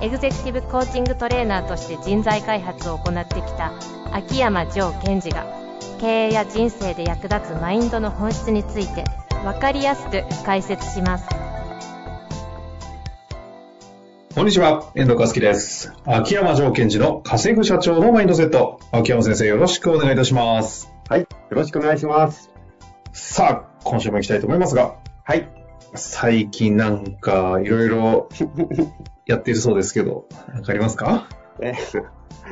エグゼクティブコーチングトレーナーとして人材開発を行ってきた秋山城賢治が経営や人生で役立つマインドの本質について分かりやすく解説しますこんにちは、遠藤和樹です。秋山条件時の稼ぐ社長のマインドセット。秋山先生、よろしくお願いいたします。はい。よろしくお願いします。さあ、今週も行きたいと思いますが、はい。最近なんか、いろい ろやっているそうですけど、わかりますかえー い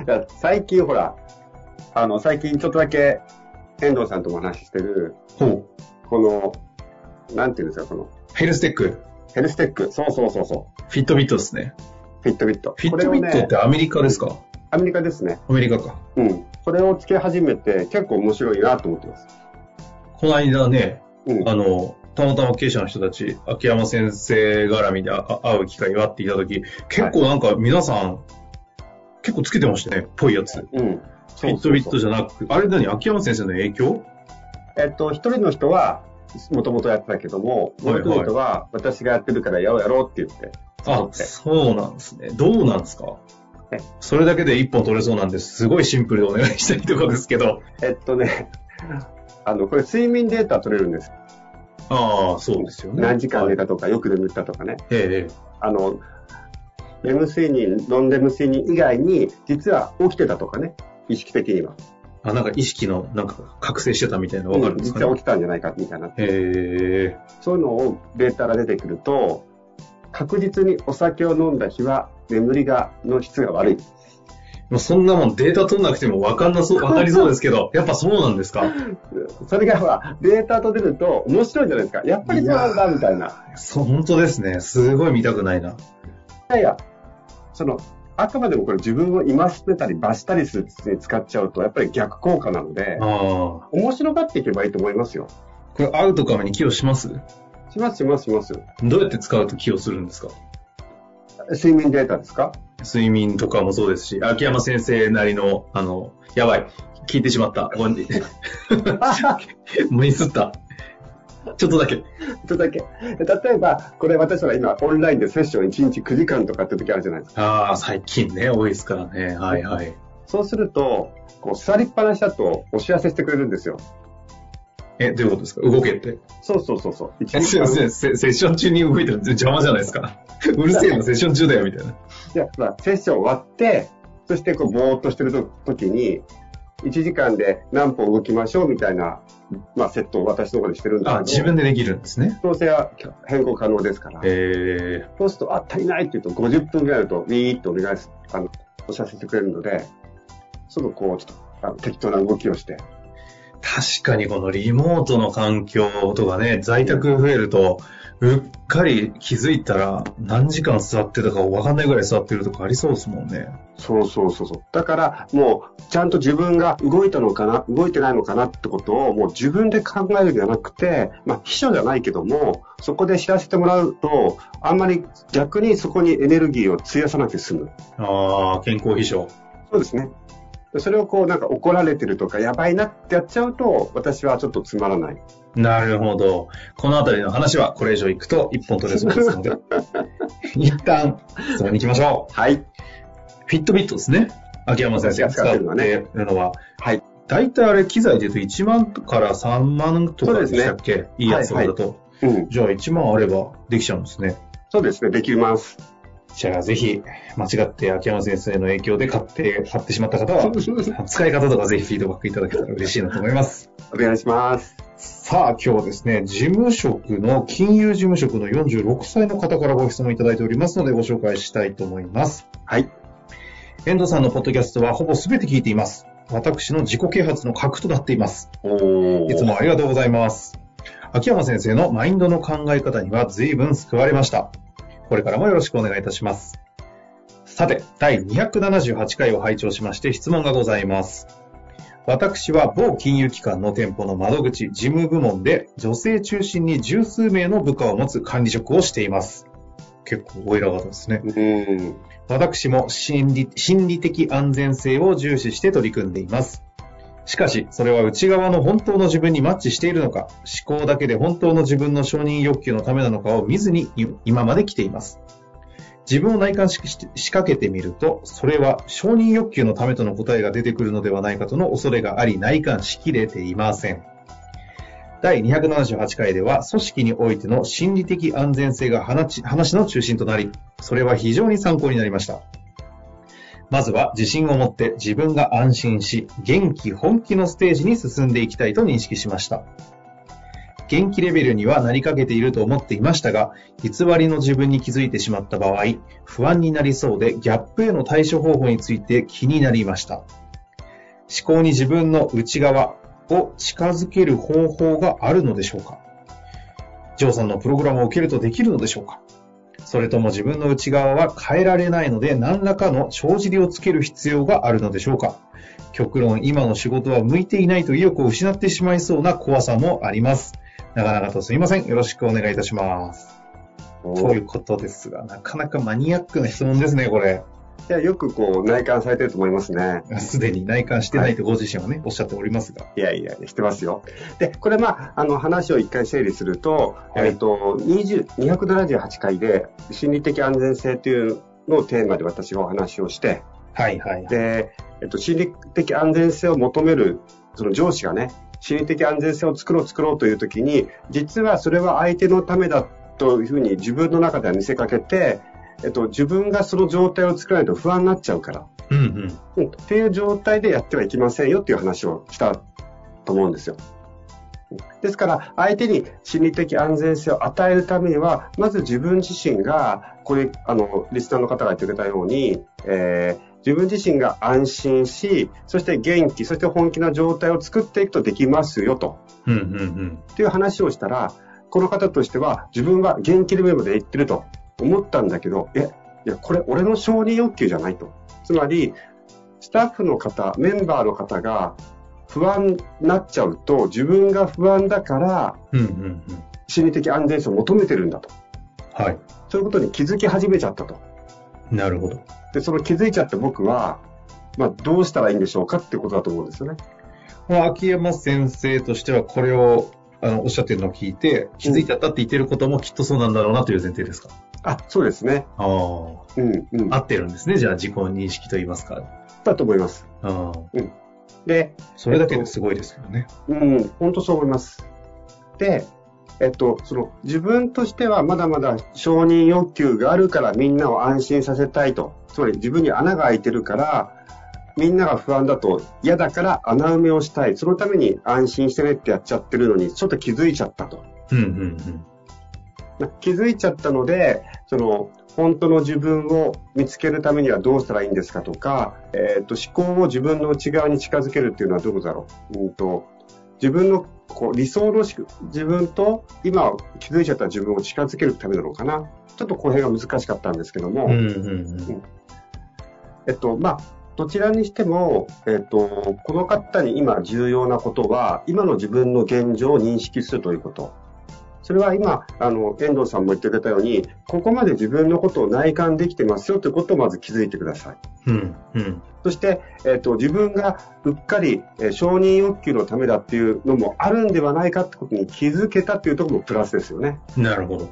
や最近ほら、あの、最近ちょっとだけ遠藤さんともお話ししてる、ほう。この、なんていうんですか、この、ヘルステック、ヘルステック。そうそうそうそう。フィットビットですね。フィットビット。フィットビットっこれてをね、アメリカですかアメリカですね。アメリカか。うん。これをつけ始めて結構面白いなと思ってます。この間ね、うん。あの、たまたま経営者の人たち、秋山先生絡みでああ会う機会があっていたとき、結構なんか皆さん、結構つけてましたね、ぽいやつ。フうん。そィうそうッそトうビットじゃなく、あれ何秋山先生の影響えっと、一人の人は、もともとやってたけども、はいもはうい一人の人は、私がやってるからやろうやろうって言って。あ、そうなんですね。どうなんですかえそれだけで一本取れそうなんです、すごいシンプルでお願いしたいところですけど。えっとね、あの、これ睡眠データ取れるんです。ああ、そうですよね。何時間寝たたとか、よく眠ったとかね。ええあの、レム睡眠、ノンレム睡眠以外に、実は起きてたとかね。意識的には。あ、なんか意識の、なんか覚醒してたみたいなのわかるうんんですか実はね。起きたんじゃないか、みたいな。ええそういうのをデータが出てくると、確実にお酒を飲んだ日は、眠りが、の質が悪い。まあ、そんなもんデータ取んなくても分かんなそう、 分かりそうですけど、やっぱそうなんですかそれがほら、データと出ると面白いじゃないですか。やっぱりそうなんだ、みたいな。そう、本当ですね。すごい見たくないな。いやいや、その、あくまでもこれ自分を今捨てたり罰したりするに使っちゃうと、やっぱり逆効果なので、ああ。面白がっていけばいいと思いますよ。これ、アウトカムに寄与しますしますしますします。どうやって使うと寄与するんですか睡眠データですか睡眠とかもそうですし、秋山先生なりの、あの、やばい、聞いてしまった。ごめん ミスった。ちょっとだけ。ちょっとだけ。例えば、これ私は今、オンラインでセッション1日9時間とかって時あるじゃないですか。ああ、最近ね、多いですからね。はいはい。そうすると、こう、座りっぱなしだとお知らせしてくれるんですよ。え、どういうことですか動けって。そうそうそうそう。一えすいません、セセッション中に動いてる邪魔じゃないです か。うるせえな、セッション中だよ、みたいな。じゃあ、まあセッション終わって、そしてこう、ぼーっとしてると時に、1時間で何歩動きましょうみたいな、まあ、セットを私の方でしてるんですけどあ、、自分でできるんですね。調整は変更可能ですから、えそうすると、あ、足りないって言うと、50分ぐらいだと、ウィーってお願いす、あの、お知らせしてくれるので、すぐこう、ちょっと、あの適当な動きをして、ー、確かにこのリモートの環境とかね、在宅増えると、うっかり気づいたら何時間座ってたかわかんないぐらい座ってるとかありそうですもんね。そうそうそうそう。だから、もう、ちゃんと自分が動いたのかな、動いてないのかなってことを、もう自分で考えるんじゃなくて、まあ、秘書じゃないけども、そこで知らせてもらうと、あんまり逆にそこにエネルギーを費やさなくて済む。ああ、健康秘書。そうですね。それをこう、なんか怒られてるとか、やばいなってやっちゃうと、私はちょっとつまらない。なるほど。このあたりの話はこれ以上行くと一本取れそうです ので、一旦質問に行きましょう。はい。フィットビットですね。秋山先生が使ってるのは。はい。大体あれ機材で言うと1万から3万とかでしたっけ、いいやつとかだと。うん。じゃあ1万あればできちゃうんですね。そうですね。で きます。じゃあぜひ、間違って秋山先生の影響で買って、買ってしまった方は、使い方とかぜひフィードバックいただけたら嬉しいなと思います。お願いします。さあ今日はですね、事務職の、金融事務職の46歳の方からご質問いただいておりますのでご紹介したいと思います。はい。遠藤さんのポッドキャストはほぼ全て聞いています。私の自己啓発の核となっています。おいつもありがとうございます。秋山先生のマインドの考え方には随分救われました。これからもよろしくお願いいたします。さて、第278回を拝聴しまして質問がございます。私は某金融機関の店舗の窓口事務部門で女性中心に十数名の部下を持つ管理職をしています。結構お偉方ですね。うん。私も心理心理的安全性を重視して取り組んでいます。しかし、それは内側の本当の自分にマッチしているのか、思考だけで本当の自分の承認欲求のためなのかを見ずにい今まで来ています。自分を内観しし仕掛けてみると、それは承認欲求のためとの答えが出てくるのではないかとの恐れがあり、内観しきれていません。第278回では、組織においての心理的安全性が話ち話の中心となり、それは非常に参考になりました。まずは自信を持って自分が安心し、元気本気のステージに進んでいきたいと認識しました。元気レベルにはなりかけていると思っていましたが、偽りの自分に気づいてしまった場合、不安になりそうでギャップへの対処方法について気になりました。思考に自分の内側を近づける方法があるのでしょうかジョーさんのプログラムを受けるとできるのでしょうかそれとも自分の内側は変えられないので何らかの帳尻をつける必要があるのでしょうか極論今の仕事は向いていないと意欲を失ってしまいそうな怖さもあります。長々とすいません。よろしくお願いいたします。ということですが、なかなかマニアックな質問ですね、これ。いや、よくこう、内観されてると思いますね。すでに内観してないとご自身はね、おっしゃっておりますが。いやいや、してますよ。で、これまあ、あの、話を一回整理すると、はいえっと、20 278回で、心理的安全性というのをテーマで私がお話をして、はいはい。で、えっと、心理的安全性を求める、その上司がね、心理的安全性を作ろう作ろうというときに、実はそれは相手のためだというふうに自分の中では見せかけて、えっと、自分がその状態を作らないと不安になっちゃうから、うんうん。うんっていう状態でやってはいけませんよっていう話をしたと思うんですよ。ですから、相手に心理的安全性を与えるためには、まず自分自身が、これ、あの、リスナーの方が言ってくれたように、えー自分自身が安心し、そして元気、そして本気な状態を作っていくとできますよと。うんうんうん。っていう話をしたら、この方としては、自分は元気レベルまで行ってると思ったんだけど、え、いや、これ俺の承認欲求じゃないと。つまり、スタッフの方、メンバーの方が不安になっちゃうと、自分が不安だから、うんうんうん。心理的安全性を求めてるんだと。はい。そういうことに気づき始めちゃったと。なるほど。で、その気づいちゃった僕は、まあ、どうしたらいいんでしょうかってことだと思うんですよね。まあ、秋山先生としてはこれをあのおっしゃってるのを聞いて、気づいたったって言ってることもきっとそうなんだろうなという前提ですか。あ、そうですね。ああ。うん、うん。合あってるんですね、じゃあ自己認識と言いますか。ったと思います。ああ。で、それだけですごいですけどね。うん、本当そう思います。で、えっと、その自分としてはまだまだ承認欲求があるからみんなを安心させたいと。つまり自分に穴が開いてるから、みんなが不安だと嫌だから穴埋めをしたい。そのために安心してねってやっちゃってるのに、ちょっと気づいちゃったと。うんうんな気づいちゃったので、その、本当の自分を見つけるためにはどうしたらいいんですかとか、えっ、と、思考を自分の内側に近づけるっていうのはどういうことだろう。うんと、自分のこう理想のし自分と今気づいちゃった自分を近づけるためなのかな。ちょっと公平が難しかったんですけども、うん。うんうんうん。えっと、まあ、どちらにしても、えっと、この方に今重要なことは、今の自分の現状を認識するということ。それは今、あの、遠藤さんも言ってくれたように、ここまで自分のことを内観できてますよということをまず気づいてください。うんうん。そして、えっと、自分がうっかり、えー承認欲求のためだっていうのもあるんではないかってことに気づけたっていうところもプラスですよね。なるほど。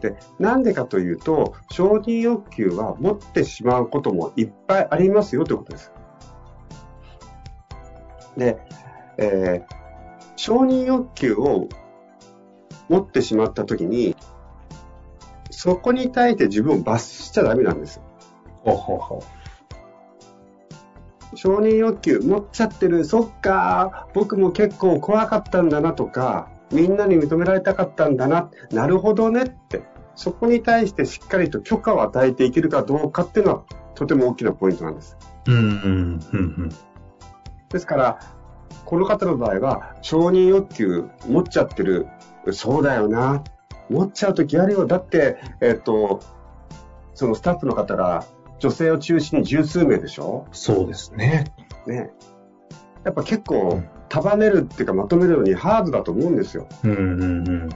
で、なんでかというと、承認欲求は持ってしまうこともいっぱいありますよということです。で、えー承認欲求を持ってしまったときに、そこに対して自分を罰しちゃダメなんです。ほうほうほ承認欲求持っちゃってる、そっか、僕も結構怖かったんだなとか、みんなに認められたかったんだな、なるほどねって、そこに対してしっかりと許可を与えていけるかどうかっていうのは、とても大きなポイントなんです。う。うんうんうんですから、この方の場合は、承認欲求持っちゃってる、そうだよな、持っちゃうときあるよ、だって、えっ、と、そのスタッフの方が、女性を中心に十数名でしょそうですね。ね。やっぱ結構、束ねるっていうかまとめるのにハードだと思うんですよ。うんうんうん。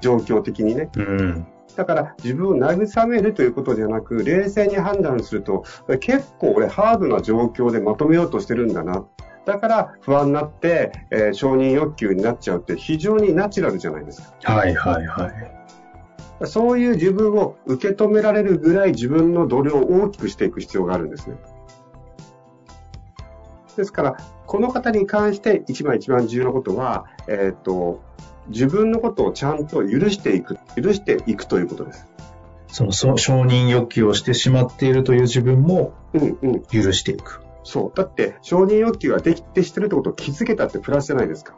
状況的にね。うん。だから自分を慰めるということじゃなく、冷静に判断すると、結構俺ハードな状況でまとめようとしてるんだな。だから不安になって、えー承認欲求になっちゃうって非常にナチュラルじゃないですはいはいはい。か。そういう自分を受け止められるぐらい自分の度量を大きくしていく必要があるんですね。ですから、この方に関して一番一番重要なことは、えーっ、と、自分のことをちゃんと許していく、許していくということです。そのそ承認欲求をしてしまっているという自分もうんうん。許していく。そう。だって、承認欲求ができてしてるってことを気づけたってプラスじゃないですか。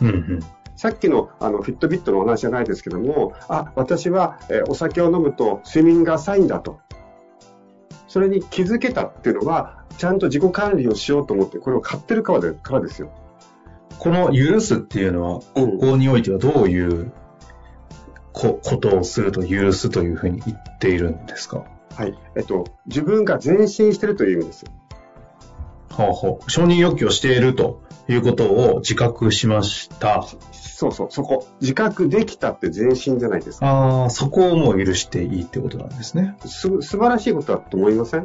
うんうん。さっきのあのフィットビットのお話じゃないですけども、あ、私は、えーお酒を飲むと睡眠が浅いんだと。それに気づけたっていうのは、ちゃんと自己管理をしようと思って、これを買ってるからでからですよ。この許すっていうのは、うんここにおいてはどういうこことをすると許すというふうに言っているんですかはい。えっと、自分が前進してるという意味ですよ。ほうほう。承認欲求をしているということを自覚しました。そうそう、そこ。自覚できたって前進じゃないですか。ああ、そこをもう許していいってことなんですね。す、素晴らしいことだと思いません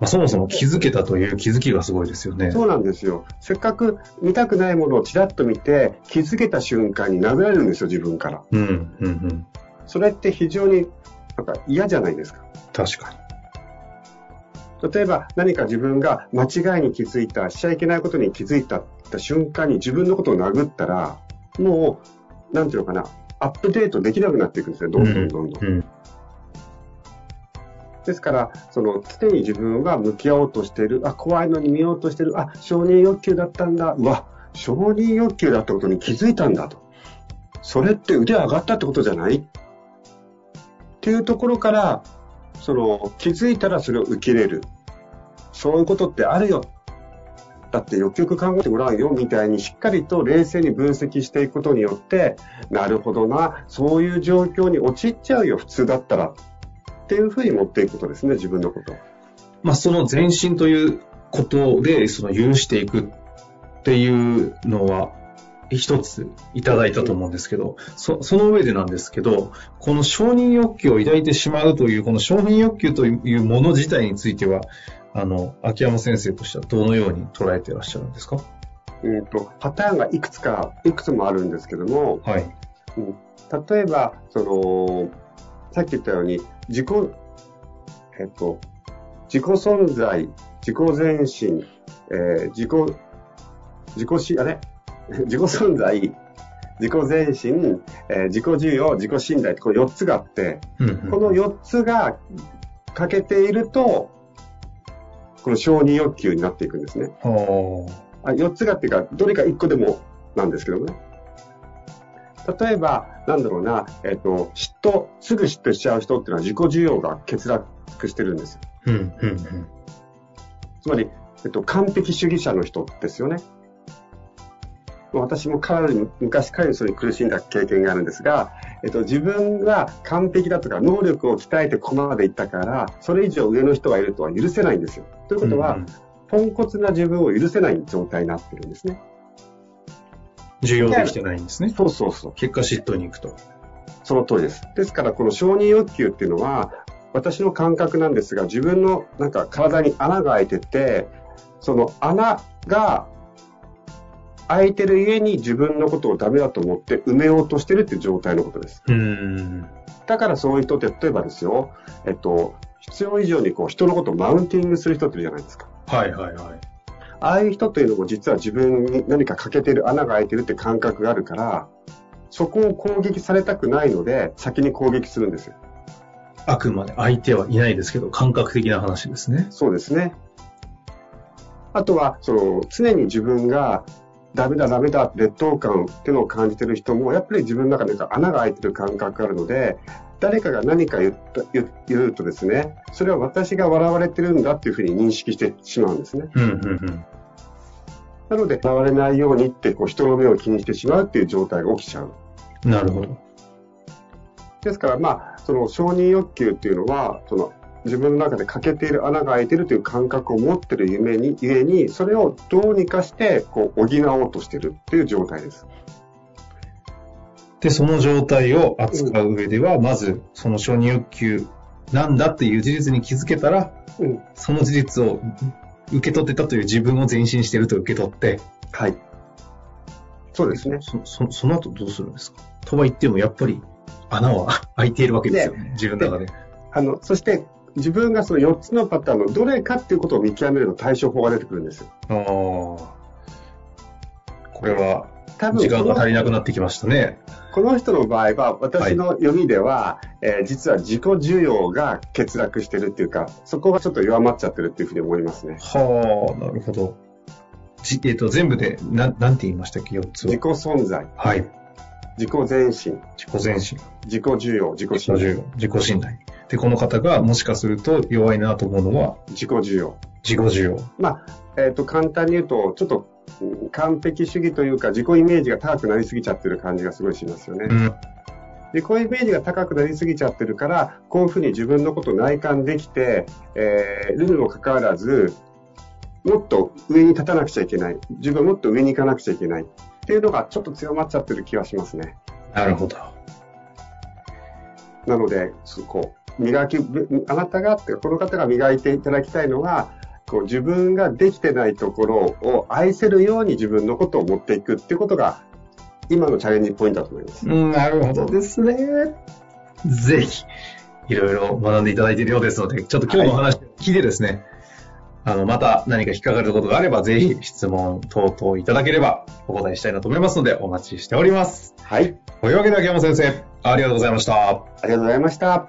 まあ、そもそも気づけたという気づきがすごいですよね。そうなんですよ。せっかく見たくないものをちらっと見て、気づけた瞬間に殴られるんですよ、自分から。うん、うん、うん。それって非常になんか嫌じゃないですか。確かに。例えば何か自分が間違いに気づいた、しちゃいけないことに気づいたって瞬間に自分のことを殴ったら、もう、なんていうのかな、アップデートできなくなっていくんですね、どんどんどんどん。うん、ですから、その常に自分は向き合おうとしている、あ、怖いのに見ようとしている、あ、承認欲求だったんだ、うわ、承認欲求だったことに気づいたんだと。それって腕上がったってことじゃないっていうところから、その気づいたらそれを受け入れる。そういうことってあるよ。だってよくよく考えてごらんよみたいにしっかりと冷静に分析していくことによって、なるほどな、そういう状況に陥っちゃうよ、普通だったら。っていうふうに持っていくことですね、自分のことを。まあ、その前進ということで、その許していくっていうのは、一ついただいたと思うんですけど、そその上でなんですけど、この承認欲求を抱いてしまうという、この承認欲求というもの自体については、あの、秋山先生としてはどのように捉えてらっしゃるんですかうんと、パターンがいくつか、いくつもあるんですけども、はい。例えば、その、さっき言ったように、自己、えっと、自己存在、自己前進、えー自己、自己し、あれ 自己存在、自己前進、えー自己需要、自己信頼って、この4つがあって、うん、この4つが欠けていると、この承認欲求になっていくんですね。の、あ4つがっていうか、どれか1個でもなんですけどね。例えば、なんだろうな、えっ、と、嫉妬、すぐ嫉妬しちゃう人っていうのは自己需要が欠落してるんですよ。うん、うん、うん。つまり、えっと、完璧主義者の人ですよね。私もかなり昔からそれに苦しんだ経験があるんですが、えっと、自分が完璧だとか能力を鍛えてここまでいったから、それ以上上の人がいるとは許せないんですよ。ということは、うんうんポンコツな自分を許せない状態になってるんですね。重要できてないんですね。そうそうそう。結果嫉妬に行くと。その通りです。ですから、この承認欲求っていうのは、私の感覚なんですが、自分のなんか体に穴が開いてて、その穴が開いてるゆえに自分のことをダメだと思って埋めようとしてるっていう状態のことです。うん。だからそういう人って、例えばですよ、えっと、必要以上にこう人のことをマウンティングする人っているじゃないですか。はいはいはい。ああいう人というのも実は自分に何か欠けてる穴が開いてるって感覚があるから、そこを攻撃されたくないので、先に攻撃するんですよ。あくまで相手はいないですけど、感覚的な話ですね。そうですね。あとは、その、常に自分が、ダメだ、ダメだ、劣等感っていうのを感じてる人も、やっぱり自分の中でなんか穴が開いてる感覚があるので、誰かが何か言った言言うとですね、それは私が笑われてるんだっていうふうに認識してしまうんですね。うんうんなので、笑われないようにって、こう、人の目を気にしてしまうっていう状態が起きちゃう。うん。なるほど。ですから、まあ、その承認欲求っていうのは、その自分の中で欠けている穴が開いているという感覚を持っている夢に、ゆえに、それをどうにかして、こう、補おうとしているっていう状態です。で、その状態を扱う上では、まず、その承認欲求なんだっていう事実に気づけたら、うん。その事実を受け取ってたという自分を前進していると受け取って、はい。そうですね。そそその後どうするんですかとは言っても、やっぱり穴は開いているわけですよね、自分の中で。あの、そして、自分がその4つのパターンのどれかっていうことを見極めると対処法が出てくるんですよ。ああ。これは、多分時間が足りなくなってきましたね。この人の場合は、私の読みでは、えー実は自己需要が欠落してるっていうか、そこがちょっと弱まっちゃってるっていうふうに思いますね。はあ、なるほど。じえっ、と、全部で、なん、なんて言いましたっけ、4つは自己。存在、はい。自己前進、自己前進、自己需要、自己自己信重頼、要、自己信頼。で、この方がもしかすると弱いなと思うのは、自己需要。自己需要。まあ、えっ、と、簡単に言うと、ちょっとうん完璧主義というか、自己イメージが高くなりすぎちゃってる感じがすごいしますよね。うん。自己イメージが高くなりすぎちゃってるから、こういうふうに自分のことを内観できて、えー、るにもかかわらず、もっと上に立たなくちゃいけない。自分はもっと上に行かなくちゃいけない。っていうのがちょっと強まっちゃってる気はしますね。なるほど。なので、そうこう、磨き、ぶあなたがって、この方が磨いていただきたいのが、こう自分ができてないところを愛せるように自分のことを持っていくっていうことが、今のチャレンジポイントだと思います。うん、なるほどですね。ぜひ、いろいろ学んでいただいているようですので、ちょっと今日のお話を聞いてですね、あの、また何か引っかかることがあれば、ぜひ質問等々いただければお答えしたいなと思いますので、お待ちしております。はい。というわけで、秋山先生、ありがとうございました。ありがとうございました。